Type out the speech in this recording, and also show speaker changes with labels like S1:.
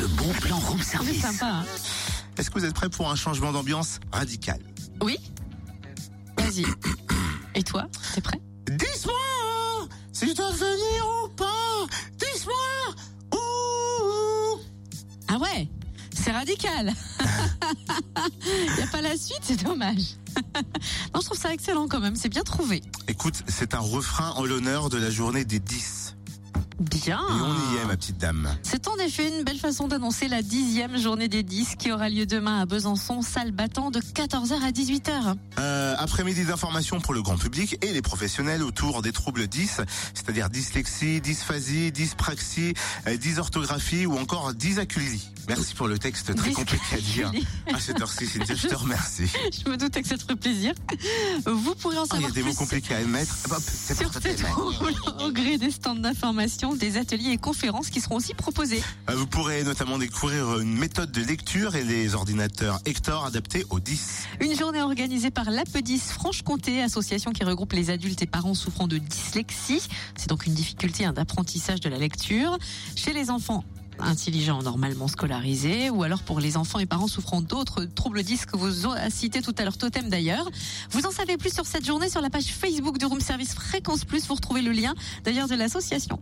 S1: Le plan room
S2: C'est
S1: service.
S2: sympa. hein.
S3: Est-ce que vous êtes prêts pour un changement d'ambiance radical
S2: Oui Vas-y. Et toi, t'es prêt
S3: Dis-moi si je dois venir ou pas Dis-moi où
S2: Ah ouais C'est radical Il a pas la suite, c'est dommage. non, je trouve ça excellent quand même, c'est bien trouvé.
S3: Écoute, c'est un refrain en l'honneur de la journée des 10.
S2: Bien
S3: Et on y est, ma petite dame.
S2: C'est en effet une belle façon d'annoncer la dixième journée des 10 qui aura lieu demain à Besançon, salle battant de 14h à 18h.
S3: Euh, Après-midi d'informations pour le grand public et les professionnels autour des troubles 10, c'est-à-dire dyslexie, dysphasie, dyspraxie, euh, dysorthographie ou encore dysaculie. Merci pour le texte très compliqué à dire. À cette heure-ci, Cynthia, je te remercie.
S2: Je me doutais que ça te ferait plaisir. Vous pourrez en
S3: Ah, Il y a
S2: savoir
S3: des
S2: plus
S3: mots compliqués à émettre. Hop, C'est
S2: sur
S3: pour
S2: ces troubles au gré des stands d'information, des ateliers et conférences qui seront aussi proposés.
S3: Euh, Vous pourrez notamment découvrir une méthode de lecture et les ordinateurs Hector adaptés aux 10.
S2: Une journée organisée par l'APEDIS Franche-Comté, association qui regroupe les adultes et parents souffrant de dyslexie. C'est donc une difficulté hein, d'apprentissage de la lecture. Chez les enfants intelligents normalement scolarisés ou alors pour les enfants et parents souffrant d'autres troubles 10 que vous a cité tout à l'heure totem d'ailleurs. Vous en savez plus sur cette journée sur la page Facebook de Room Service Fréquence Plus, vous retrouvez le lien d'ailleurs de l'association.